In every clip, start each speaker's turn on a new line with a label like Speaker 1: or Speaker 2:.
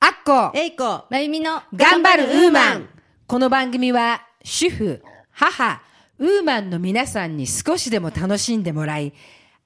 Speaker 1: アッコ
Speaker 2: えいこ、
Speaker 1: まゆみの
Speaker 2: 頑張るウーマン
Speaker 1: この番組は主婦、母、ウーマンの皆さんに少しでも楽しんでもらい、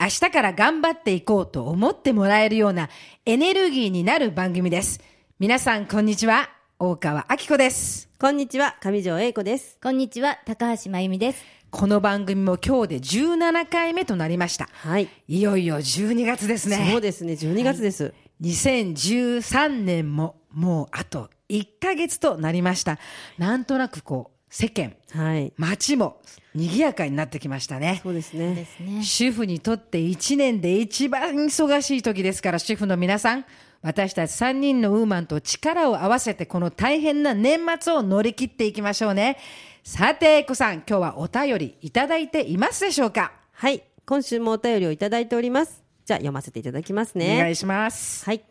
Speaker 1: 明日から頑張っていこうと思ってもらえるようなエネルギーになる番組です。皆さんこんにちは、大川明子です。
Speaker 2: こんにちは、上条えいこです。
Speaker 3: こんにちは、高橋真由美です。
Speaker 1: この番組も今日で17回目となりました。
Speaker 2: はい。
Speaker 1: いよいよ12月ですね。
Speaker 2: そうですね、12月です。
Speaker 1: 2013年ももうあと1ヶ月となりました。なんとなくこう、世間、
Speaker 2: はい。
Speaker 1: 街も賑やかになってきましたね。
Speaker 2: そうです
Speaker 3: で
Speaker 2: ね。
Speaker 3: すね。
Speaker 1: 主婦にとって1年で一番忙しい時ですから、主婦の皆さん、私たち3人のウーマンと力を合わせて、この大変な年末を乗り切っていきましょうね。さて、エイコさん、今日はお便りいただいていますでしょうか
Speaker 2: はい。今週もお便りをいただいております。じゃあ読ませていただきます
Speaker 1: お
Speaker 2: ね。
Speaker 1: 願いします。
Speaker 2: はい。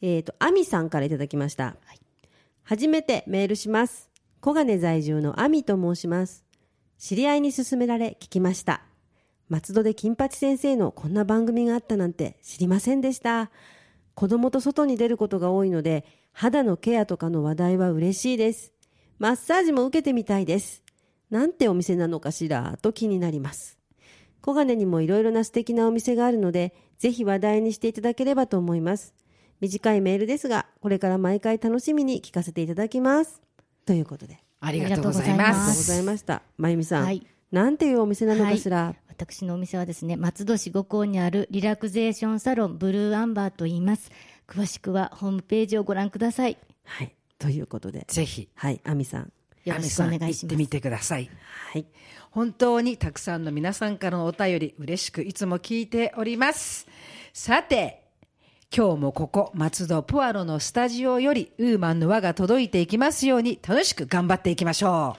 Speaker 2: えっ、と、アミさんからいただきました。初めてメールします。小金在住のアミと申します。知り合いに勧められ聞きました。松戸で金八先生のこんな番組があったなんて知りませんでした。子供と外に出ることが多いので、肌のケアとかの話題は嬉しいです。マッサージも受けてみたいです。なんてお店なのかしらと気になります。小金にもいろいろな素敵なお店があるので、ぜひ話題にしていただければと思います。短いメールですが、これから毎回楽しみに聞かせていただきます。ということで、
Speaker 1: ありがとうござい
Speaker 3: ありがとうご
Speaker 1: ま
Speaker 2: ありがとう
Speaker 3: ざいま
Speaker 2: ご
Speaker 1: す。
Speaker 3: す
Speaker 2: ざいました。まゆみさん、
Speaker 3: はい
Speaker 2: なんていうお店なのかしら。
Speaker 3: 私のお店はですね、松戸市五港にあるリラクゼーションサロンブルーアンバーと言います。詳しくはホームページをご覧ください。
Speaker 2: はい、ということで、
Speaker 1: ぜひ、
Speaker 2: はい、あみさん。
Speaker 3: よろしくお願
Speaker 1: アミ
Speaker 3: い
Speaker 1: さ
Speaker 3: し
Speaker 1: ん行って
Speaker 3: ます。
Speaker 1: みてください。
Speaker 2: はい、
Speaker 1: 本当にたくさんの皆さんからのお便り嬉しくいつも聞いておりますさて今日もここ松戸ポアロのスタジオよりウーマンの輪が届いていきますように楽しく頑張っていきましょ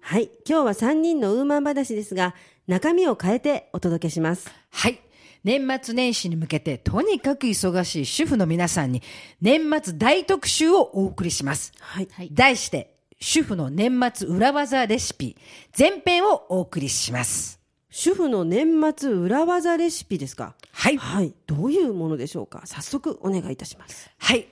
Speaker 2: はい、今日は3人のウーマン話ですが、中身を変えてお届けします
Speaker 1: う。はい年末年始に向けてとにかく忙しい主婦の皆さんに年末大特集をお送りします
Speaker 2: はい、
Speaker 3: はい
Speaker 1: 題して主婦の年末裏技レシピ前編をお送りします
Speaker 2: 主婦の年末裏技レシピですか。
Speaker 1: はい
Speaker 2: はい、どういうものでしょうか。早速お願いいたします。
Speaker 1: はい。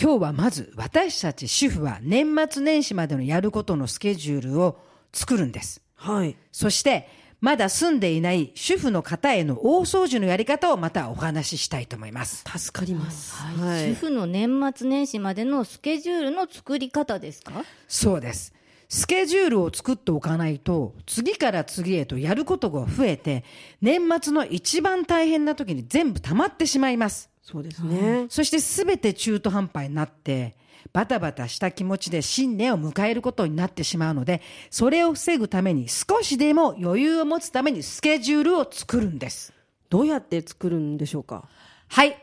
Speaker 1: 今日はまず私たち主婦は年末年始までのやることのスケジュールを作るんです。
Speaker 2: はい、
Speaker 1: そして、まだ住んでいない主婦の方への大掃除のやり方をまたお話ししたいと思います。
Speaker 2: 助かります。
Speaker 3: はい主婦の年末年始までのスケジュールの作り方ですか
Speaker 1: そうです。スケジュールを作っておかないと、次から次へとやることが増えて、年末の一番大変な時に全部溜まってしまいます。
Speaker 2: そうですね。
Speaker 1: そして全て中途半端になって、バタバタした気持ちで新年を迎えることになってしまうので、それを防ぐために少しでも余裕を持つためにスケジュールを作るんです。
Speaker 2: どうやって作るんでしょうか。
Speaker 1: はい。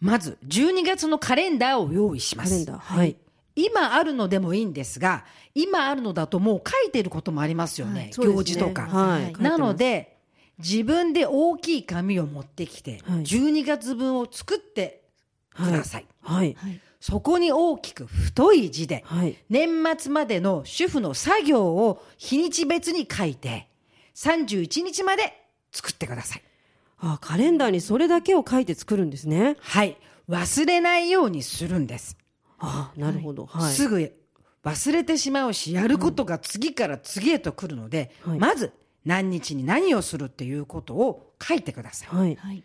Speaker 1: まず、12月のカレンダーを用意しま
Speaker 2: カレン
Speaker 1: す。
Speaker 2: ダー。はい。
Speaker 1: 今あるのでもいいんですが、今あるのだともう書いてることもありますよね。
Speaker 2: そうですね
Speaker 1: 行事とか。
Speaker 2: はい
Speaker 3: はい。
Speaker 1: なので、自分で大きい紙を持ってきて、
Speaker 2: はい
Speaker 1: 12月分を作ってください。
Speaker 2: はい。
Speaker 3: はい。
Speaker 1: そこに大きく太い字で、
Speaker 2: はい。
Speaker 1: 年末までの主婦の作業を日にち別に書いて、31日まで作ってください。
Speaker 2: あ、カレンダーにそれだけを書いて作るんですね。
Speaker 1: はい。忘れないようにするんです。
Speaker 2: あ、なるほど。はい。
Speaker 1: すぐ忘れてしまうし、やることが次から次へと来るので、
Speaker 2: はい
Speaker 1: まず何日に何をするっていうことを書いてください。
Speaker 2: はい。
Speaker 3: はい。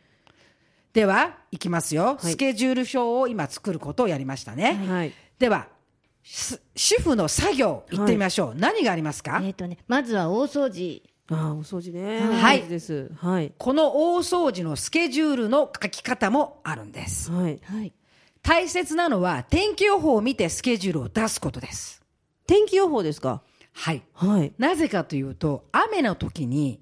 Speaker 1: では、いきますよ。
Speaker 2: はい
Speaker 1: スケジュール表を今作ることをやりましたね。
Speaker 2: はい。
Speaker 1: では、す主婦の作業行ってみましょう。何がありますか、
Speaker 3: えっ、とね、まずは大掃除。
Speaker 2: あ、お掃除ね。
Speaker 1: はい
Speaker 2: 大事です。はい。
Speaker 1: この大掃除のスケジュールの書き方もあるんです。
Speaker 2: はい。
Speaker 3: はい。
Speaker 1: 大切なのは天気予報を見てスケジュールを出すことです。
Speaker 2: 天気予報ですか。
Speaker 1: はい。
Speaker 2: はい。
Speaker 1: なぜかというと、雨の時に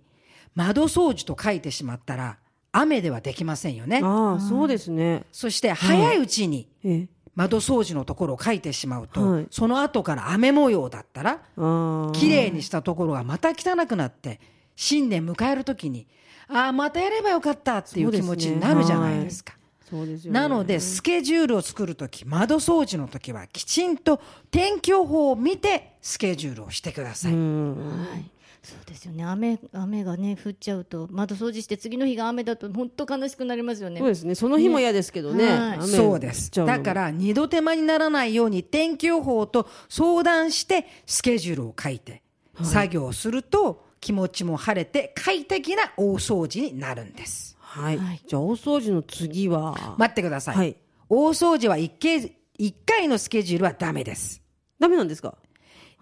Speaker 1: 窓掃除と書いてしまったら、雨ではできませんよね。
Speaker 2: ああ、そうですね。
Speaker 1: そして早いうちに
Speaker 2: え。
Speaker 1: 窓掃除のところを書いてしまうと、
Speaker 2: はい
Speaker 1: その後から雨模様だったら、
Speaker 2: ああ。
Speaker 1: 綺麗にしたところがまた汚くなって、新年迎える時に、ああ、またやればよかったっていう気持ちになるじゃないですか。
Speaker 2: そうですよね。
Speaker 1: なので、スケジュールを作るとき、窓掃除のときは、きちんと天気予報を見て、スケジュールをしてください。
Speaker 2: うん。
Speaker 3: はい。そうですよね雨雨がね降っちゃうと窓掃除して次の日が雨だと本当悲しくなりますよね
Speaker 2: そうですね。その日も嫌ですけどね。
Speaker 3: ね
Speaker 2: 雨
Speaker 3: はい
Speaker 1: そうです。
Speaker 2: 降っちゃのも
Speaker 1: だから、二度手間にならないように天気予報と相談して、スケジュールを書いて、作業をすると、気持ちも晴れて、快適な大掃除になるんです。
Speaker 2: はい
Speaker 3: はい。
Speaker 2: じゃあ、大掃除の次は。
Speaker 1: 待ってください。
Speaker 2: はい
Speaker 1: 大掃除は一回、一回のスケジュールはダメです。
Speaker 2: ダメなんですか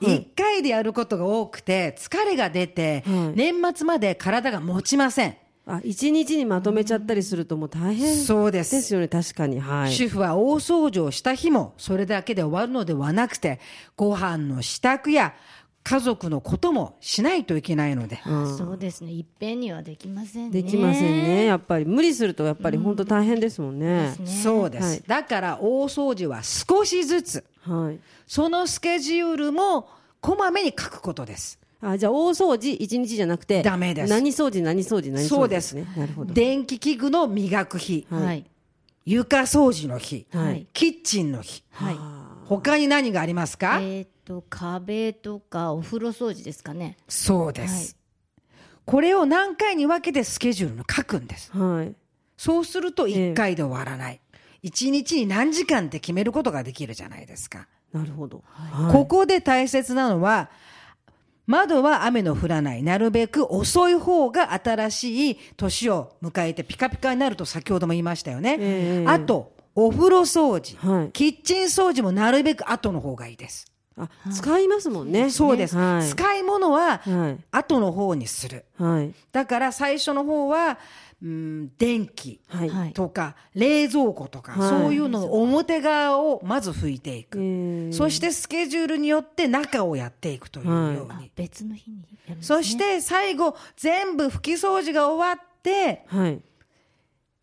Speaker 1: 一、
Speaker 2: はい
Speaker 1: 回でやることが多くて、疲れが出て、
Speaker 2: はい
Speaker 1: 年末まで体が持ちません。
Speaker 2: あ、一日にまとめちゃったりするともう大変。
Speaker 1: そうです
Speaker 2: ですよね、確かに。はい。
Speaker 1: 主婦は大掃除をした日もそれだけで終わるのではなくてご飯の支度や家族のこともしないといけないので、
Speaker 2: うん
Speaker 3: そうですねいっぺんにはできませんね
Speaker 2: できませんね。やっぱり無理するとやっぱり本当大変ですもんね
Speaker 3: です。ね
Speaker 1: そうです、
Speaker 2: はい
Speaker 1: だから大掃除は少しずつ
Speaker 2: はい。
Speaker 1: そのスケジュールもこまめに書くことです
Speaker 2: あ、じゃあ大掃除一日じゃなくて。
Speaker 1: ダメです
Speaker 2: 何掃除、何掃除、何掃除。
Speaker 1: そうです
Speaker 2: ね。なるほど。
Speaker 1: 電気器具の磨く日、
Speaker 3: はい
Speaker 1: 床掃除の日、
Speaker 3: はい
Speaker 1: キッチンの日
Speaker 3: はい
Speaker 1: 他に何がありますか、
Speaker 3: えっと壁とかお風呂掃除ですかね
Speaker 1: そうです、これを何回に分けてスケジュールに書くんです
Speaker 2: はい。
Speaker 1: そうすると
Speaker 2: ええ
Speaker 1: 1回で終わらない。1日に何時間って決めることができるじゃないですか。
Speaker 2: なるほど。はい
Speaker 1: ここで大切なのは、窓は雨の降らない。なるべく遅い方が新しい年を迎えてピカピカになると先ほども言いましたよね。
Speaker 2: ええ
Speaker 1: あと、お風呂掃除、
Speaker 2: はい
Speaker 1: キッチン掃除もなるべく後の方がいいです。
Speaker 2: あ、使いますもんね。
Speaker 1: そうです。
Speaker 2: はい。
Speaker 1: 使い物は
Speaker 2: はい。
Speaker 1: 後の方にする。
Speaker 2: はい。
Speaker 1: だから最初の方は、うん、電気、
Speaker 2: はい。
Speaker 3: はい
Speaker 1: とか、冷蔵庫とか、
Speaker 2: はい
Speaker 1: そういうのを表側をまず拭いてい
Speaker 2: え
Speaker 1: く、
Speaker 2: ー
Speaker 1: そしてスケジュールによって中をやっていくというように、
Speaker 3: あ別の日にやるんですね
Speaker 1: そして最後全部拭き掃除が終わって
Speaker 2: はい。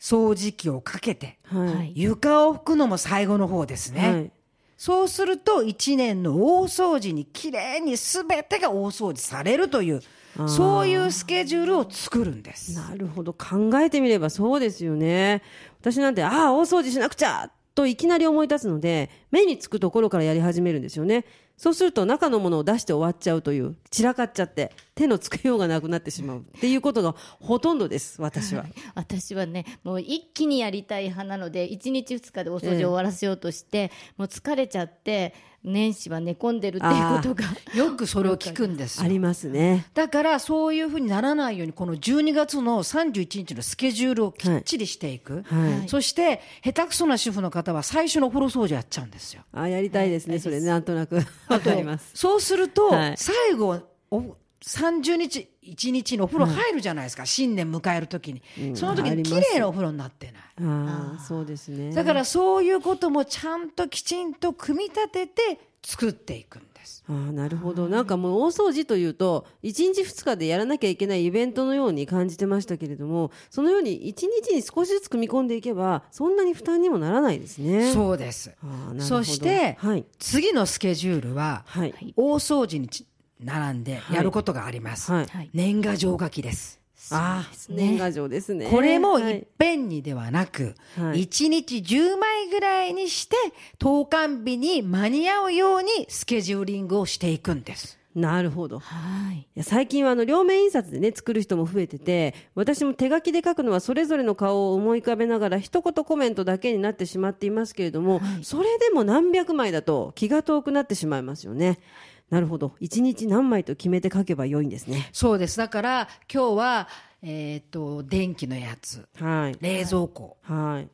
Speaker 1: 掃除機をかけて
Speaker 2: は。
Speaker 3: はいい
Speaker 1: 床を拭くのも最後の方ですね、
Speaker 2: はい。
Speaker 1: そうすると一年の大掃除にきれいに全てが大掃除されるという
Speaker 2: あー
Speaker 1: そういうスケジュールを作るんです
Speaker 2: なるほど。考えてみればそうですよね。私なんて、ああ、大掃除しなくちゃといきなり思い立つので、目につくところからやり始めるんですよね。そうすると中のものを出して終わっちゃうという、散らかっちゃって、手のつけようがなくなってしまうっていうことがほとんどです、私は。
Speaker 3: 私はねもう一気にやりたい派なので1日2日でお掃除を終わらせようとして、もう疲れちゃって年始は寝込んでるっていうことが
Speaker 1: よくそれを聞くんですよ
Speaker 2: ありますね。
Speaker 1: だからそういうふうにならないようにこの12月の31日のスケジュールをきっちりしていく、
Speaker 2: はい
Speaker 3: はい
Speaker 1: そして下手くそな主婦の方は最初のお風呂掃除やっちゃうんですよ。
Speaker 2: ああ、やりたいですね、それね、なんとなく。わ
Speaker 1: あ
Speaker 2: かります。
Speaker 1: そうすると
Speaker 2: はい
Speaker 1: 最後お30日1日のお風呂入るじゃないですか、新年迎える時に、
Speaker 2: ん
Speaker 1: その時
Speaker 2: 入
Speaker 1: に
Speaker 2: り
Speaker 1: 綺
Speaker 2: ます
Speaker 1: 麗なお風呂になってない。
Speaker 2: ああ、そうですね。
Speaker 1: だからそういうこともちゃんときちんと組み立てて作っていくんです。
Speaker 2: ああなるほどなんかもう大掃除というと1日2日でやらなきゃいけないイベントのように感じてましたけれどもそのように1日に少しずつ組み込んでいけばそんなに負担にもならないですね。
Speaker 1: そうです。
Speaker 2: ああなるほど
Speaker 1: そして、
Speaker 2: はい
Speaker 1: 次のスケジュールは、
Speaker 2: はい
Speaker 3: はい
Speaker 1: 大掃除にち並んで
Speaker 2: い
Speaker 1: やることがあります、
Speaker 2: はい、
Speaker 3: はい
Speaker 1: 年賀状書きです、
Speaker 2: ああ
Speaker 3: そうですね
Speaker 2: 年賀状ですね。
Speaker 1: これも
Speaker 2: はい
Speaker 1: っぺんにではなく、
Speaker 2: はい
Speaker 1: 1日10枚ぐらいにして投函日に間に合うようにスケジューリングをしていくんです
Speaker 2: なるほど。
Speaker 3: はい
Speaker 2: いや最近はあの両面印刷でね作る人も増えてて私も手書きで書くのはそれぞれの顔を思い浮かべながら一言コメントだけになってしまっていますけれども、それでも何百枚だと気が遠くなってしまいますよねなるほど一日何枚と決めて書けば良いんですね
Speaker 1: そうですだから今日はえっ、と電気のやつ
Speaker 2: はい
Speaker 1: 冷蔵庫、
Speaker 2: はい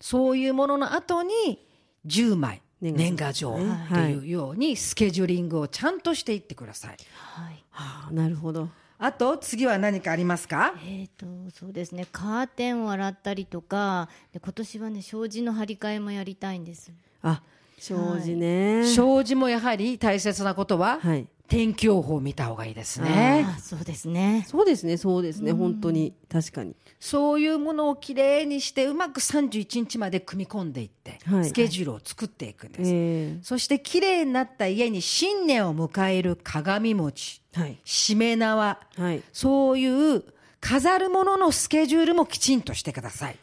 Speaker 1: そういうものの後に10枚
Speaker 2: 年賀状
Speaker 1: 年賀状っていうようにスケジューリングをちゃんとしていってください
Speaker 3: はい
Speaker 2: はあなるほど
Speaker 1: あと次は何かありますか
Speaker 3: えー、とそうですねカーテンを洗ったりとかで今年はね障子の張り替えもやりたいんです
Speaker 2: あ障子ね
Speaker 1: 障子もやはり大切なことは、
Speaker 2: はい
Speaker 1: 天気予報を見た方がいいですね。
Speaker 3: あそうですね
Speaker 2: そうですねそうですね本当に確かに
Speaker 1: そういうものをきれいにしてうまく31日まで組み込んでいって、
Speaker 2: はい
Speaker 1: スケジュールを作っていくんです。
Speaker 2: え
Speaker 1: そしてきれいになった家に新年を迎える鏡餅、
Speaker 2: えはい
Speaker 1: しめ縄、
Speaker 2: はい
Speaker 1: そういう飾るもののスケジュールもきちんとしてください。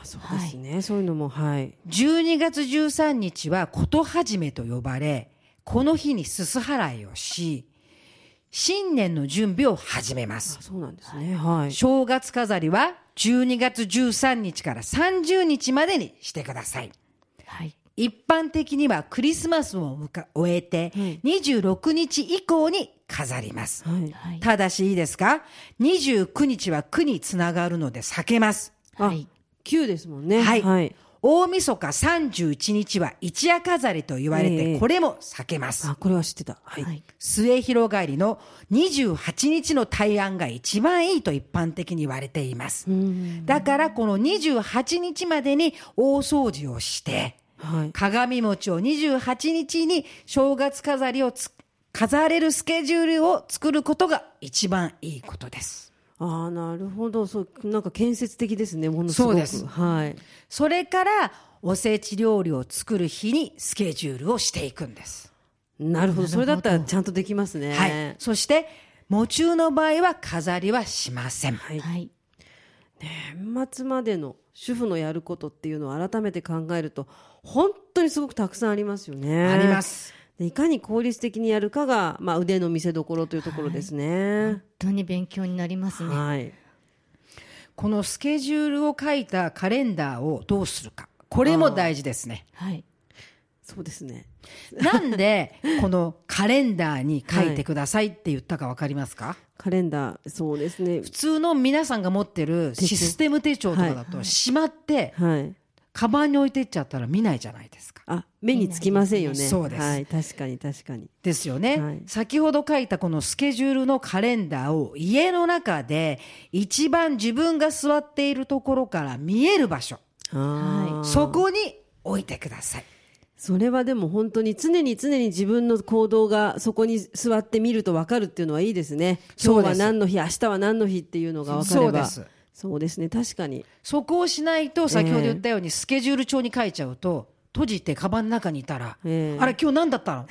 Speaker 2: あそうですね、そういうのもはい
Speaker 1: 12月13日はこと始めと呼ばれ、この日にすす払いをし、新年の準備を始めます。
Speaker 2: そうなんですね。はい。
Speaker 1: 正月飾りは12月13日から30日までにしてください。
Speaker 3: はい。
Speaker 1: 一般的にはクリスマスをむか終えて26日以降に飾ります。
Speaker 2: はい。
Speaker 3: はい。
Speaker 1: ただしいいですか ?29 日は9につながるので避けます。
Speaker 3: はい。
Speaker 2: 九ですもんね。
Speaker 1: はい
Speaker 2: はい。
Speaker 1: 大晦日31日は一夜飾りと言われ
Speaker 2: ええ
Speaker 1: てこれも避けます。
Speaker 2: あ、これは知ってた。はい。
Speaker 3: はい。
Speaker 1: 末広がりの28日の対案が一番いいと一般的に言われています。だからこの28日までに大掃除をして、
Speaker 2: はい。
Speaker 1: 鏡餅を28日に正月飾りをつ飾れるスケジュールを作ることが一番いいことです。
Speaker 2: ああ、なるほど。そう、なんか建設的ですね。ものすごく。
Speaker 1: そうです
Speaker 2: はい。
Speaker 1: それからおせち料理を作る日にスケジュールをしていくんです。
Speaker 2: なるほど。それだったらちゃんとできますね。
Speaker 1: はい。そして、喪中の場合は飾りはしません。
Speaker 3: はい。
Speaker 2: 年末までの主婦のやることっていうのを改めて考えると、本当にすごくたくさんありますよね。
Speaker 1: ありま。す。
Speaker 2: でいかに効率的にやるかが、まあ、腕の見せ所というところですね。
Speaker 3: 本当に勉強になりますね。
Speaker 2: はい。
Speaker 1: このスケジュールを書いたカレンダーをどうするか。これも大事ですね。
Speaker 3: はい。
Speaker 2: そうですね。
Speaker 1: なん で、このカレンダーに書いてくださいって言ったかわかりますか、
Speaker 2: カレンダー、そうですね。
Speaker 1: 普通の皆さんが持ってるシステム手帳とかだと、しまって、
Speaker 2: はい。
Speaker 1: カバンに置いてっちゃったら見ないじゃないですか。
Speaker 2: あ、目につきませんよね。
Speaker 1: 見ないですねそうです
Speaker 2: はい、確かに確かに。
Speaker 1: ですよね、
Speaker 2: はい
Speaker 1: 先ほど書いたこのスケジュールのカレンダーを家の中で一番自分が座っているところから見える場所、
Speaker 2: あー
Speaker 1: そこに置いてください。
Speaker 2: それはでも本当に常に常に自分の行動がそこに座ってみると分かるっていうのはいいですね。
Speaker 1: そ
Speaker 2: 今
Speaker 1: う
Speaker 2: 日
Speaker 1: で
Speaker 2: は
Speaker 1: す
Speaker 2: 何の日、明日は何の日っていうのが分かれば。
Speaker 1: そうです
Speaker 2: そうですね、確かに。
Speaker 1: そこをしないと先ほど言ったようにスケジュール帳に書いちゃうと閉じてカバンの中にいたら、
Speaker 2: ええ
Speaker 1: あれ今日何だった の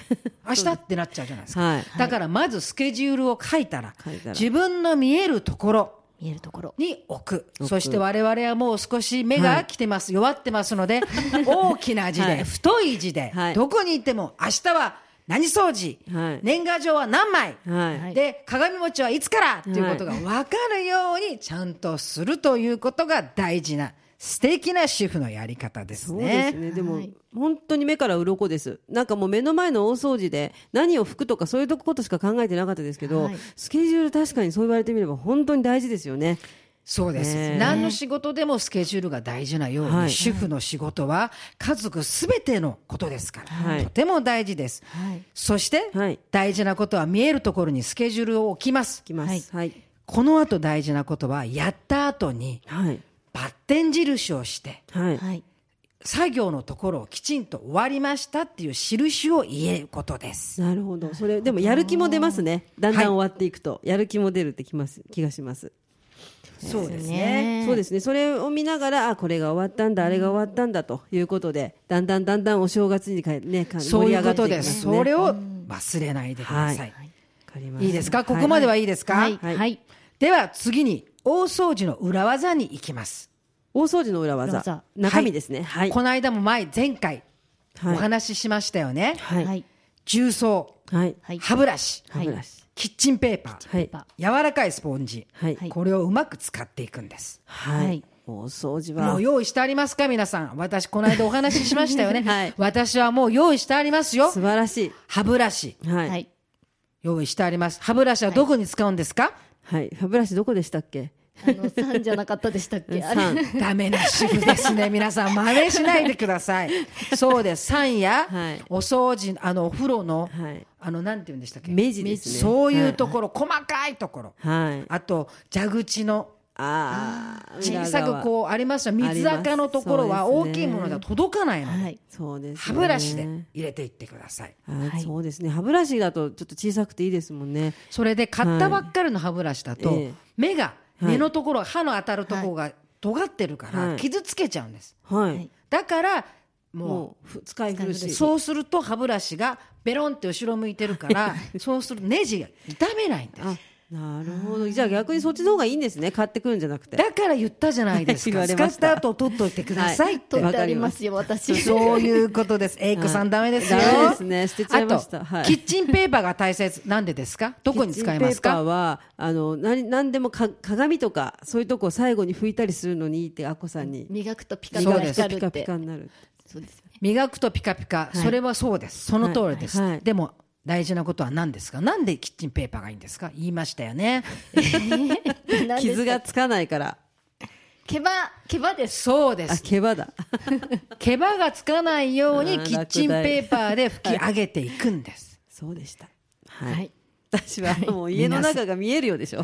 Speaker 1: 明日ってなっちゃうじゃないですか、
Speaker 2: はい。
Speaker 1: だからまずスケジュールを書いたら
Speaker 2: 書いたら
Speaker 1: 自分の見えるところ
Speaker 3: 見えるところ。
Speaker 1: に置くそして我々はもう少し目が来てます、弱ってますので大きな字で、
Speaker 2: はい
Speaker 1: 太い字で、
Speaker 2: はい
Speaker 1: どこに行っても明日は何掃除、
Speaker 2: はい
Speaker 1: 年賀状は何枚、
Speaker 2: はい。
Speaker 3: はい
Speaker 1: で鏡餅はいつからっていうことが分かるようにちゃんとするということが大事な素敵な主婦のやり方です
Speaker 2: そうです
Speaker 1: ね。
Speaker 2: ね。でも、
Speaker 3: はい
Speaker 2: 本当に目から鱗です。なんかもう目の前の大掃除で何を拭くとかそういうことしか考えてなかったですけど、
Speaker 3: はい
Speaker 2: スケジュール確かにそう言われてみれば本当に大事ですよね。
Speaker 1: そうです
Speaker 2: ねえ
Speaker 1: 何の仕事でもスケジュールが大事なように、
Speaker 2: はい
Speaker 1: 主婦の仕事は家族すべてのことですから、
Speaker 2: はい
Speaker 1: とても大事です。
Speaker 3: はい。
Speaker 1: そして、
Speaker 2: はい
Speaker 1: 大事なことは見えるところにスケジュールを置きます
Speaker 2: い。きます。はい。
Speaker 1: この後大事なことはやった後に
Speaker 2: はい。
Speaker 1: バッテン印をして
Speaker 2: はい。
Speaker 3: はい。
Speaker 1: 作業のところをきちんと終わりましたっていう印を言えることです。
Speaker 2: なるほど。それ、でもやる気も出ますね。だんだん終わっていくと、やる気も出るってきます、気がします。
Speaker 1: そうですね。
Speaker 3: ね
Speaker 2: そうですね。それを見ながら、あ、これが終わったんだ、あれが終わったんだということで、だんだんだんだんお正月にかね、か
Speaker 1: そういうこと
Speaker 2: 盛り上がっていき
Speaker 1: で。
Speaker 2: ますすね。
Speaker 1: それ
Speaker 2: わ
Speaker 1: を忘れないでください。
Speaker 2: かりま
Speaker 1: い、いですかここまではいいですか、
Speaker 3: はい。
Speaker 2: はい
Speaker 3: はい。
Speaker 1: では次に大掃除の裏技に行きます。
Speaker 2: 大掃除の裏
Speaker 3: 裏
Speaker 2: 技
Speaker 3: 技。
Speaker 2: 中身ですね。はい。
Speaker 1: この間も前、前回お
Speaker 2: はい
Speaker 1: 話ししましたよね。
Speaker 2: はい。
Speaker 3: はい。
Speaker 1: 重曹、
Speaker 2: はい。
Speaker 3: はい。
Speaker 1: 歯ブラシ、
Speaker 2: 歯ブラシ。
Speaker 1: キッチンペーパー、
Speaker 2: はい。
Speaker 3: パ
Speaker 1: 柔らかいスポンジ、
Speaker 2: はい。
Speaker 3: はい
Speaker 1: これをうまく使っていくんです。
Speaker 2: は
Speaker 3: はいい。
Speaker 2: お掃除
Speaker 1: も
Speaker 2: は
Speaker 1: う。用意してありますか皆さん。私、この間お話ししましたよね。
Speaker 2: はい
Speaker 1: 私はもう用意してありますよ
Speaker 2: 素。晴らし
Speaker 1: 歯ブラシ、
Speaker 2: い。は。
Speaker 3: はいい。
Speaker 1: 用意してあります。歯ブラシはどこに使うんです か、
Speaker 2: はい。歯ブラシどこでしたっけ
Speaker 3: あの、さんじゃなかったでしたっけあれ。
Speaker 2: 三。
Speaker 1: ダメな主婦ですね。皆さん、真似しないでください。そうです。酸や、
Speaker 2: はい
Speaker 1: お掃除、あの、お風呂の、
Speaker 2: はい。
Speaker 1: あの、なんて言うんでしたっけ
Speaker 2: 目地ですね
Speaker 1: そういうところ、細かいところ。
Speaker 2: はい。
Speaker 1: あと、蛇口の、
Speaker 2: ああ。
Speaker 1: 小さくこうありますよ。
Speaker 2: 裏側
Speaker 1: 水垢のところは
Speaker 2: あります
Speaker 1: 大きいものでは届かないので
Speaker 3: は、い。
Speaker 2: う。そうです
Speaker 1: 歯
Speaker 2: ね。
Speaker 1: ブラシで入れていってください。
Speaker 2: あ
Speaker 3: はい
Speaker 2: そうですね。歯ブラシだとちょっと小さくていいですもんね。
Speaker 1: それで買ったばっかりの歯ブラシだと、
Speaker 2: はいええ
Speaker 1: 目が
Speaker 2: はい
Speaker 1: 根のところ歯の当たるところが尖ってるか
Speaker 2: は
Speaker 1: ら
Speaker 2: い
Speaker 1: 傷つけちゃうんです、
Speaker 2: は
Speaker 3: はいい。
Speaker 1: だからも
Speaker 2: もうふ、使い古
Speaker 1: う
Speaker 2: し。
Speaker 1: そうする と歯ブラシがベロンって後ろ向いてるからそうするとネジが痛めないんです
Speaker 2: あ、なるほど。じゃあ逆にそっちの方がいいんですね。買ってくるんじゃなくて。
Speaker 1: だから言ったじゃないです
Speaker 2: 言わ
Speaker 1: か。
Speaker 2: れ
Speaker 1: 使
Speaker 2: ま
Speaker 1: っ
Speaker 2: した
Speaker 1: た後取っといてくださいって。
Speaker 3: 取
Speaker 2: は
Speaker 3: ってありますよ私
Speaker 1: そういうことです。エイコさんダメですよ。
Speaker 2: ダメですね捨てちゃいました
Speaker 1: あと
Speaker 2: はい
Speaker 1: キッチンペーパーが大切。なんでですかどこに使います
Speaker 2: キッチンペーパ
Speaker 1: か
Speaker 2: ーはあの何何でもか鏡とかそういうとこを最後に拭いたりするのにいいってあこさんに
Speaker 3: 磨くとピカピ
Speaker 1: そ
Speaker 3: カ
Speaker 1: うです
Speaker 2: ピ
Speaker 3: 光るっ
Speaker 2: カ
Speaker 3: て
Speaker 2: ピカになる。
Speaker 3: そうですよね
Speaker 1: 磨くとピカピカ。
Speaker 2: い
Speaker 1: それはそうです。その通りです。
Speaker 2: はいはい
Speaker 1: でも、大事なことは何ですかなんでキッチンペーパーがいいんですか言いましたよね。
Speaker 3: 何です
Speaker 2: 傷
Speaker 3: か
Speaker 2: がつかないから。
Speaker 3: 毛羽毛羽です
Speaker 1: そうで
Speaker 2: あ
Speaker 1: す。
Speaker 2: 毛羽だ。
Speaker 1: 毛羽がつかないように
Speaker 2: あー
Speaker 1: キッチンペーパーで拭き上げていくんです。
Speaker 2: そうでした。は。
Speaker 3: はいい
Speaker 2: 私はもう家の中が見えるようでしょ。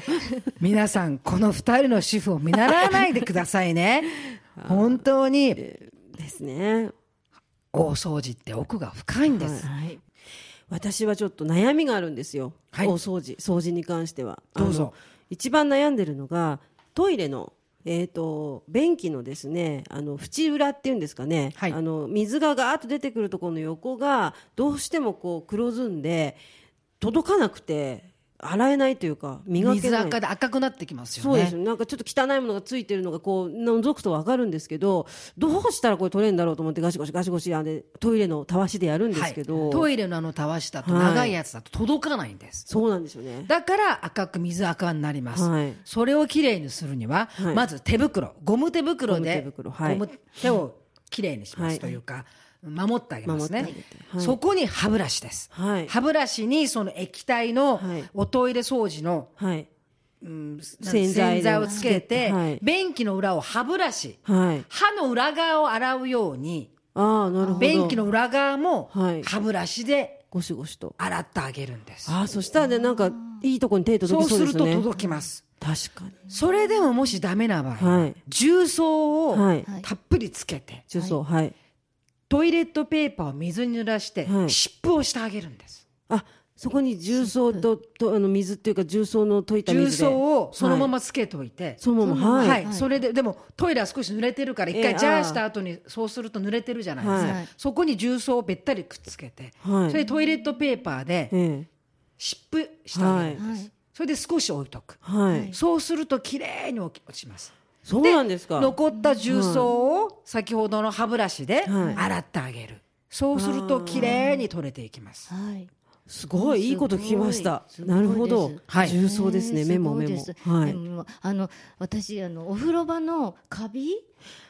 Speaker 1: 皆さん、この二人の主婦を見習わないでください ね。本当に、
Speaker 2: ですね。
Speaker 1: 大掃除って奥が深いんです。
Speaker 3: はい
Speaker 2: 私はちょっと悩みがあるんですよ、
Speaker 1: はい
Speaker 2: お掃除掃除に関しては
Speaker 1: どうぞ
Speaker 2: あの一番悩んでるのがトイレのえー、と便器のですねあの縁裏っていうんですかね、
Speaker 1: はい
Speaker 2: あの水がガーッと出てくるところの横がどうしてもこう黒ずんで届かなくて洗えないというか磨け
Speaker 1: 水
Speaker 2: ない
Speaker 1: 垢で赤くなってきますよね。
Speaker 2: そうですねなんかちょっと汚いものがついてるのがこう覗くとわかるんですけどどうしたらこれ取れるんだろうと思ってガシゴシガシゴシあれトイレのたわしでやるんですけど、
Speaker 1: はい、トイレのあのたわしだと
Speaker 2: はい
Speaker 1: 長いやつだと届かないんです、
Speaker 2: そうなんですよね
Speaker 1: だから赤く水垢になります、
Speaker 2: はい
Speaker 1: それをきれいにするには、
Speaker 2: はい
Speaker 1: まず手袋ゴム手袋で
Speaker 2: ゴム手袋はい
Speaker 1: ゴム手をきれいにしま
Speaker 2: は
Speaker 1: す
Speaker 2: い
Speaker 1: というか、守ってあげますね、
Speaker 2: 守ってあげてはい
Speaker 1: そこに歯ブラシです、
Speaker 2: はい
Speaker 1: 歯ブラシにその液体の
Speaker 2: はい
Speaker 1: おトイレ掃除の
Speaker 2: はい。
Speaker 1: 洗
Speaker 2: 洗剤
Speaker 1: 剤
Speaker 2: を
Speaker 1: をつけて、
Speaker 2: はい
Speaker 1: 便器の裏を歯ブラシ
Speaker 2: はい。
Speaker 1: 歯の裏側を洗うように
Speaker 2: ああ、なるほど。
Speaker 1: 便器の裏側も
Speaker 2: はい
Speaker 1: 歯ブラシで
Speaker 2: ゴシゴシと。
Speaker 1: 洗ってあげるんです。
Speaker 2: ああ、そしたらね、なんか、いいとこに手
Speaker 1: そ
Speaker 2: 届
Speaker 1: う
Speaker 2: き
Speaker 1: す
Speaker 2: そうで
Speaker 1: る
Speaker 2: す
Speaker 1: と
Speaker 2: よね。
Speaker 1: 届きます。
Speaker 2: 確か
Speaker 1: それでももしダメな場合、
Speaker 2: はい
Speaker 1: 重曹を
Speaker 2: はい
Speaker 1: たっぷりつけて、
Speaker 2: に。重曹、はい。
Speaker 1: トイレットペーパーを水に濡らして、
Speaker 2: はい
Speaker 1: 湿布をしてあげるんです。
Speaker 2: あ、そこに重曹と、と、あの、水っていうか、重曹の溶いた水で。
Speaker 1: 重曹をそのままつけておいて、
Speaker 2: そのまま、
Speaker 1: は、
Speaker 2: はいい。
Speaker 1: それででもトイレは少し濡れてるから一
Speaker 2: え
Speaker 1: 回
Speaker 2: え
Speaker 1: ジャ
Speaker 2: あ
Speaker 1: ー
Speaker 2: あ
Speaker 1: した後にそうすると濡れてるじゃないですか、
Speaker 3: はい
Speaker 1: そこに重曹をべったりくっつけて、
Speaker 2: はい
Speaker 1: それでトイレットペーパーで
Speaker 2: ええ。
Speaker 1: 湿布してあげるんです、
Speaker 3: はい
Speaker 1: それで少し置いとく、
Speaker 2: はい。
Speaker 1: そうすると綺麗に落ちます
Speaker 2: そうなんですか。
Speaker 1: 残った重曹を先ほどの歯ブラシで
Speaker 2: はい
Speaker 1: 洗ってあげる、そうすると綺麗に取れていきます
Speaker 3: はい
Speaker 2: すごい、いいこと聞きました。
Speaker 3: すごい
Speaker 2: なるほど
Speaker 3: すごいで。す
Speaker 1: はい
Speaker 2: 重曹ですね、
Speaker 3: えー
Speaker 2: メモ
Speaker 3: すごい
Speaker 2: メ
Speaker 3: で
Speaker 2: モ
Speaker 3: す。
Speaker 2: は
Speaker 3: で
Speaker 2: い。
Speaker 3: もあの私あのお風呂場のカビ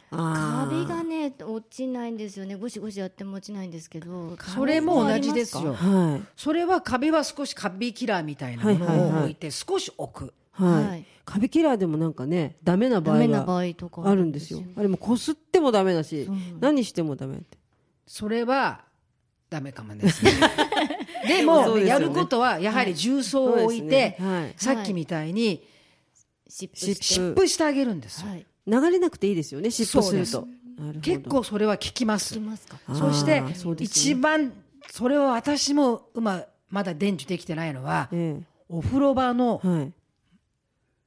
Speaker 3: カ
Speaker 2: あー
Speaker 3: ビがね落ちないんですよねゴシゴシやっても落ちないんですけど
Speaker 1: それも同じですよ
Speaker 2: はい。
Speaker 1: それはカビは少しカビキラーみたいなも
Speaker 2: はいはい
Speaker 1: の
Speaker 2: は
Speaker 1: を
Speaker 2: い
Speaker 1: 置いて少し置く、
Speaker 2: はい、
Speaker 3: はい
Speaker 2: カビキラーでもなんかねダメな場
Speaker 3: ダ
Speaker 2: 合
Speaker 3: メな場合とか
Speaker 2: があるんですよあれもこすってもダメだし、
Speaker 3: ん
Speaker 2: 何してもダメって
Speaker 1: それはダメかもです ねでも
Speaker 2: そうですよね
Speaker 1: やることはやはり重曹を置い
Speaker 2: そ
Speaker 1: て
Speaker 2: うです、ねはい
Speaker 1: さっきみたいに
Speaker 3: 湿布
Speaker 2: 湿
Speaker 3: して
Speaker 1: 湿布してあげるんですよ、
Speaker 3: はい
Speaker 2: 流れなくていいですよね尻尾する
Speaker 1: そう
Speaker 2: となるほど
Speaker 1: 結構それは効きま
Speaker 3: つ
Speaker 1: す
Speaker 3: きますか
Speaker 2: あー
Speaker 1: そして
Speaker 2: そうですね
Speaker 1: 一番それは私も今まだ伝授できてないのは
Speaker 2: え
Speaker 1: お風呂場の
Speaker 2: えはい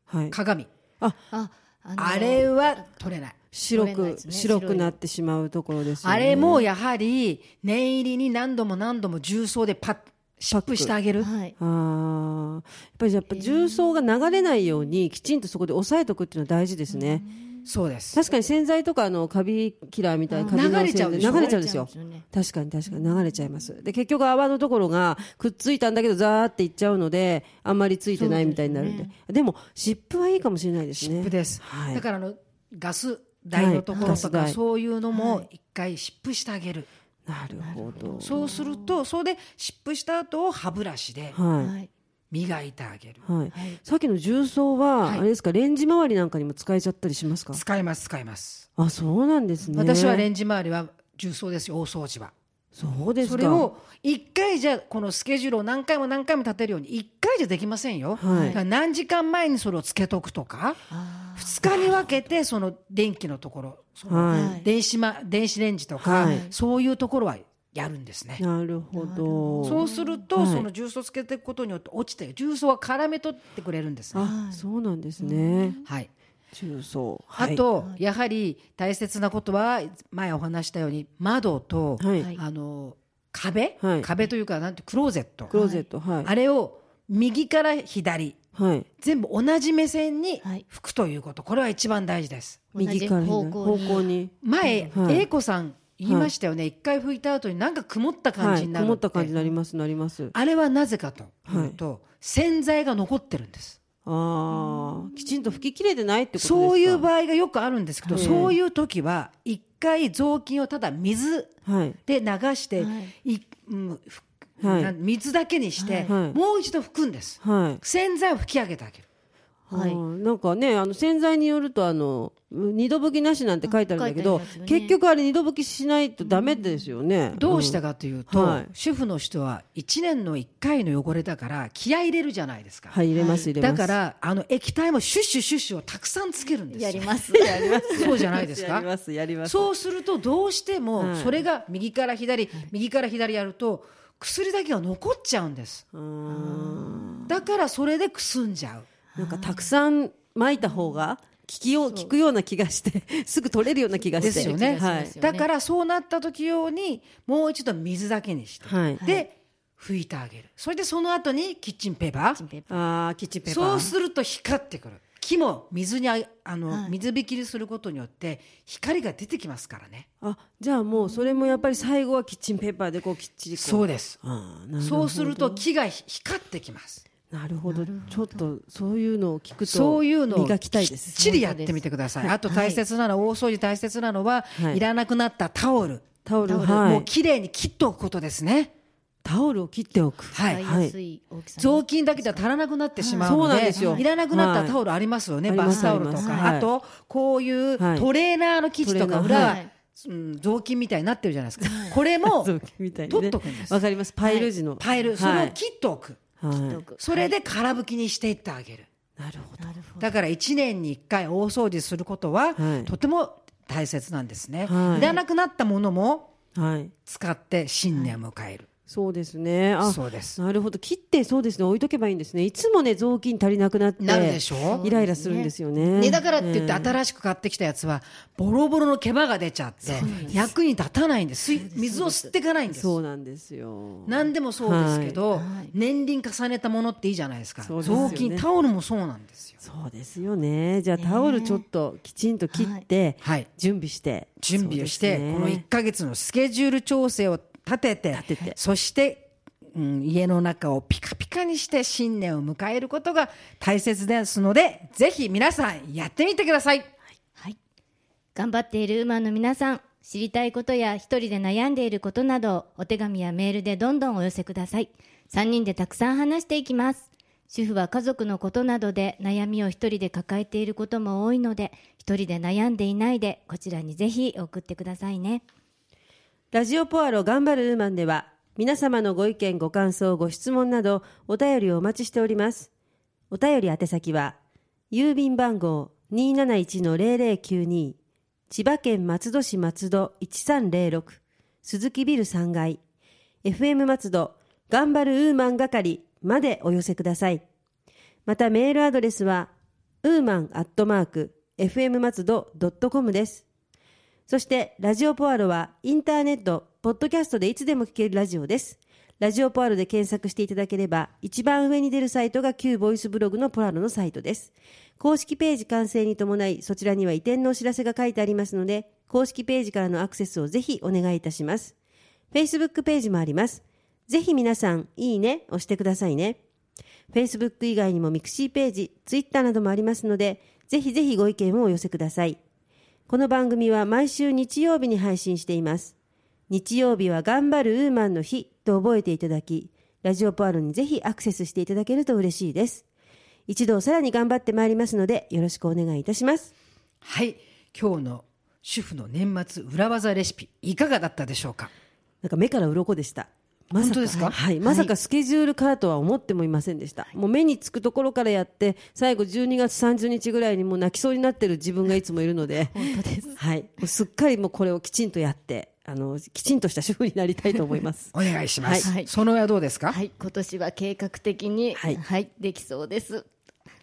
Speaker 2: はい
Speaker 1: 鏡
Speaker 3: ああの
Speaker 1: あれは取れない
Speaker 2: 白
Speaker 3: 取れない
Speaker 2: く、
Speaker 3: ですね
Speaker 2: 白
Speaker 3: 白
Speaker 2: く
Speaker 3: い
Speaker 2: なってしまうところですよね
Speaker 1: あれもやはり念入りに何度も何度も重曹でパッ湿布してあげる
Speaker 3: はい
Speaker 2: ああやっぱりやっぱ重曹が流れないようにきちんとそこで押さえとくっていうのは大事ですね、
Speaker 1: そうです
Speaker 2: 確かに洗剤とかあのカビキラーみたいなカビの
Speaker 1: 流れちゃうでしょ
Speaker 2: 洗剤流れちゃうんですよ
Speaker 3: 流れちゃうんですよ
Speaker 2: 確か
Speaker 3: ね
Speaker 2: に確かに流れちゃいますで結局泡のところがくっついたんだけどザーっていっちゃうのであんまりついてないみたいになるんでで,、も湿布はいいかもしれないですね
Speaker 1: 湿布です、
Speaker 2: はい
Speaker 1: だからあのガス台のところ
Speaker 2: は
Speaker 1: と
Speaker 2: いガス
Speaker 1: か
Speaker 2: 台
Speaker 1: そういうのも一回湿布してあげる、
Speaker 2: なるほど
Speaker 1: そうするとそれで湿布した後を歯ブラシで
Speaker 2: は
Speaker 3: はい
Speaker 1: 磨いてあげる、
Speaker 2: い、はいさっきの重曹は、
Speaker 1: はい
Speaker 2: あれですかレンジ周りなんかにも使えちゃったりしますか
Speaker 1: 使います使います
Speaker 2: あそうなんですね
Speaker 1: 私は
Speaker 2: レ
Speaker 1: レンジ周りは重曹ですよ大掃除は
Speaker 2: そうですか
Speaker 1: それを一回じゃこのスケジュールを何回も何回も立てるように一回じゃできませんよ、
Speaker 2: はい
Speaker 1: だから何時間前にそれをつけとくとか
Speaker 3: あ
Speaker 1: 二日に分けてその電気のところその
Speaker 2: はい、
Speaker 3: はい
Speaker 1: 電子,、ま、電子レンジとか、
Speaker 2: はい
Speaker 1: そういうところはやるんですね、
Speaker 2: なるほど
Speaker 1: そうすると、
Speaker 2: はい
Speaker 1: その重曹つけていくことによって落ちて重曹は絡め取ってくれるんですね
Speaker 2: あそうなんですね、
Speaker 1: はい
Speaker 2: 重曹、
Speaker 1: あ
Speaker 2: はい
Speaker 1: と、やはり大切なことは前お話したように窓と、
Speaker 2: はい、
Speaker 3: はい
Speaker 1: あの壁、
Speaker 2: はい
Speaker 1: 壁というかなんてクローゼット
Speaker 2: クローゼットはい、
Speaker 1: あれを右から左
Speaker 2: はい。
Speaker 1: 全部同じ目線に
Speaker 3: はい
Speaker 1: 吹くということこれは一番大事です
Speaker 2: 右から左
Speaker 3: 同じ方
Speaker 2: 方
Speaker 3: 向に
Speaker 2: 向に。
Speaker 1: 前、
Speaker 2: はい
Speaker 1: 英子さん言いましたよね一、回吹いた後になんか曇った感
Speaker 2: は
Speaker 1: じ
Speaker 2: い。
Speaker 1: になる
Speaker 2: 曇
Speaker 1: っ、
Speaker 2: ってた感じになります、なります。
Speaker 1: あれはなぜかというと、洗剤が残ってるんです
Speaker 2: ああ、きちんと吹き切れてないってことですか
Speaker 1: そういう場合がよくあるんですけど、
Speaker 2: はい
Speaker 1: そういう時は一回雑巾をただ水
Speaker 2: はい。
Speaker 1: で流して、、
Speaker 3: はい
Speaker 1: うんふ
Speaker 2: はい
Speaker 1: なん水だけにして、
Speaker 2: はい
Speaker 1: もう一度拭くんです
Speaker 2: はい。
Speaker 1: 洗剤を拭き上げてあげる
Speaker 3: はい
Speaker 2: うんなんかねあの洗剤によるとあの二度拭きなしなんて書いてあるんだけど、
Speaker 3: あ書いてありますよね
Speaker 2: 結局あれ二度拭きしないとダメですよね、
Speaker 1: どうしたかというと、
Speaker 2: うんはい
Speaker 1: 主婦の人は1年の1回の汚れだから気合い入れるじゃないですか、
Speaker 2: はい入れます入れま
Speaker 1: だ
Speaker 2: す
Speaker 1: からあの液体もシュッシュシュッシュをたくさんつけるんです
Speaker 3: やり
Speaker 1: よ
Speaker 3: ます。
Speaker 1: そうじゃないです
Speaker 2: や
Speaker 1: か
Speaker 2: りますやります
Speaker 1: そうするとどうしても
Speaker 2: はい
Speaker 1: それが右から左、右から左やると薬だけが残っちゃうんです
Speaker 2: うーん
Speaker 1: だからそれでくすんじゃう
Speaker 2: なんかたくさん撒いた方が効きよう効くような気がして すぐ取れるような気がして
Speaker 1: ですよね
Speaker 2: は
Speaker 3: そうです
Speaker 2: い
Speaker 3: よね
Speaker 1: だからそうなった時用にもう一度水だけにして、
Speaker 2: はい
Speaker 1: で拭いてあげるそれでその後にキッチンペーパー
Speaker 2: あーキッチンペーパー
Speaker 1: そうすると光ってくる木も水にああの、
Speaker 3: はい
Speaker 1: 水引きにすることによって光が出てきますからね
Speaker 2: あじゃあもうそれもやっぱり最後はキッチンペーパーでこうきっちりこう
Speaker 1: そうです
Speaker 2: あーなるほど
Speaker 1: そうすると木がひ光ってきます
Speaker 2: なるほどちょっとそういうのを聞くと
Speaker 1: そういうのを
Speaker 2: 磨きたい
Speaker 1: き
Speaker 2: で
Speaker 1: っ
Speaker 2: す
Speaker 1: ちりやってみてください、あと大切なのは、大掃除大切なのは、
Speaker 2: はい
Speaker 1: い、らなくなったタオル
Speaker 2: タオル
Speaker 3: タオル
Speaker 2: はい
Speaker 1: もうきれいに切っておくことですね
Speaker 2: タオルを切っておく。
Speaker 1: はい
Speaker 3: 使いやすい大きさの。
Speaker 1: 雑巾だけじゃ足らなくなってしまう
Speaker 2: そう
Speaker 1: の
Speaker 2: なん
Speaker 1: で,、
Speaker 2: ですよ
Speaker 1: いらなくなったタオルありますよね、
Speaker 2: はい
Speaker 1: バスタオルと
Speaker 2: あり
Speaker 1: か、
Speaker 2: ますあります
Speaker 1: あとこういう
Speaker 2: はい
Speaker 1: トレーナーの生地とか
Speaker 2: トレーナー
Speaker 1: 裏は、
Speaker 3: はい
Speaker 1: うん、雑巾みたいになってるじゃないですか、これも
Speaker 2: 雑巾みたいにね。
Speaker 1: 取っとくんです
Speaker 2: わかります。パイル地の。
Speaker 1: パイル、そ
Speaker 2: は
Speaker 1: れを
Speaker 2: い
Speaker 1: 切っておく、
Speaker 2: はい
Speaker 3: とく
Speaker 1: それで空拭きにしていってあげる、
Speaker 2: なるほど。
Speaker 3: なるほど。
Speaker 1: だから1年に1回大掃除することは、
Speaker 2: はい
Speaker 1: とても大切なんですね、
Speaker 2: はい
Speaker 1: い、らなくなったものも
Speaker 2: はい。
Speaker 1: 使って新年を迎える、
Speaker 2: そうですね。あ、
Speaker 1: そうです
Speaker 2: なるほど。切ってそうですね。置いとけばいいんですね。いつもね雑巾足りなくなって。
Speaker 1: なるでしょ
Speaker 2: イライラするんですよね。
Speaker 1: ね、だからって言って新しく買ってきたやつはボロボロの毛羽が出ちゃって役に立たないんです水水を吸っていかないんです
Speaker 2: そうなんですよ。
Speaker 1: 何でもそうですけど、
Speaker 3: はいはい
Speaker 1: 年輪重ねたものっていいじゃないですか
Speaker 2: そうですよね
Speaker 1: 雑巾タオルもそうなんですよ
Speaker 2: そうですよね。じゃあタオルちょっときちんと切って
Speaker 1: はい
Speaker 2: 準備して
Speaker 1: 準備をして、
Speaker 2: そうですね
Speaker 1: この1ヶ月のスケジュール調整を立てて
Speaker 2: 立てて
Speaker 1: そして、うん、家の中をピカピカにして新年を迎えることが大切ですのでぜひ皆さんやってみてください
Speaker 3: はい。頑張っているウーマンの皆さん、知りたいことや一人で悩んでいることなど、お手紙やメールでどんどんお寄せください。3人でたくさん話していきます。主婦は家族のことなどで悩みを一人で抱えていることも多いので、一人で悩んでいないで、こちらにぜひ送ってくださいね。
Speaker 2: ラジオポアロ頑張るウーマンでは、皆様のご意見、ご感想、ご質問など、お便りをお待ちしております。お便り宛先は、郵便番号271-0092、千葉県松戸市松戸1306、鈴木ビル3階、FM 松戸、頑張るウーマン係までお寄せください。またメールアドレスは、ウーマンアットマーク、FM 松戸 .com です。そして、ラジオポアロはインターネット、ポッドキャストでいつでも聞けるラジオです。ラジオポアロで検索していただければ、一番上に出るサイトが旧ボイスブログのポアロのサイトです。公式ページ完成に伴い、そちらには移転のお知らせが書いてありますので、公式ページからのアクセスをぜひお願いいたします。Facebook ページもあります。ぜひ皆さん、いいね、押してくださいね。Facebook 以外にもミクシーページ、Twitter などもありますので、ぜひぜひご意見をお寄せください。この番組は毎週日曜日に配信しています。日曜日は頑張るウーマンの日と覚えていただき、ラジオポアロにぜひアクセスしていただけると嬉しいです。一度さらに頑張ってまいりますので、よろしくお願いいたします。
Speaker 1: はい今日の主婦の年末裏技レシピいかがだったでしょうか
Speaker 2: なんか目から鱗でした。まさ
Speaker 1: 本当ですか
Speaker 2: はい。まさかスケジュールからとは思ってもいませんでした。もう目につくところからやって、最後12月30日ぐらいにもう泣きそうになってる自分がいつもいるので、
Speaker 3: 本当です。
Speaker 2: はい。もうすっかりもうこれをきちんとやって、あの、きちんとした主婦になりたいと思います。
Speaker 1: お願いします、
Speaker 3: はい
Speaker 1: その上はどうですか、
Speaker 3: はい、今年は計画的に、
Speaker 2: は
Speaker 3: はいい、できそうです。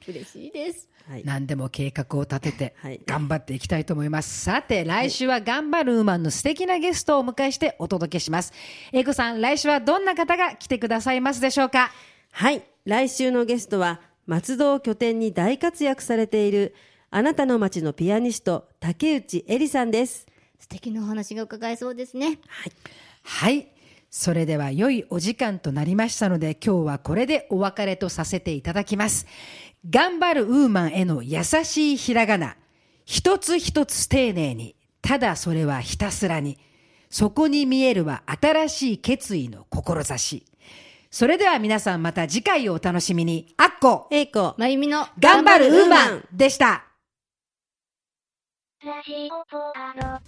Speaker 3: 嬉しいです。
Speaker 2: はい。
Speaker 1: 何でも計画を立てて
Speaker 2: はい
Speaker 1: 頑張っていきたいと思います、さて来週は頑張るウーマンの素敵なゲストをお迎えしてお届けします英子さん来週はどんな方が来てくださいますでしょうか
Speaker 2: はい。来週のゲストは、松戸を拠点に大活躍されている、あなたの街のピアニスト、竹内恵里さんです。
Speaker 3: 素敵なお話が伺えそうですね。
Speaker 1: はい。それでは良いお時間となりましたので、今日はこれでお別れとさせていただきます。頑張るウーマンへの優しいひらがな。一つ一つ丁寧に。ただそれはひたすらに。そこに見えるは新しい決意の志。それでは皆さんまた次回をお楽しみに。あっこ
Speaker 2: 栄子。
Speaker 3: まゆみの
Speaker 1: 頑張るウーマンでした。
Speaker 4: ラジオポアロ。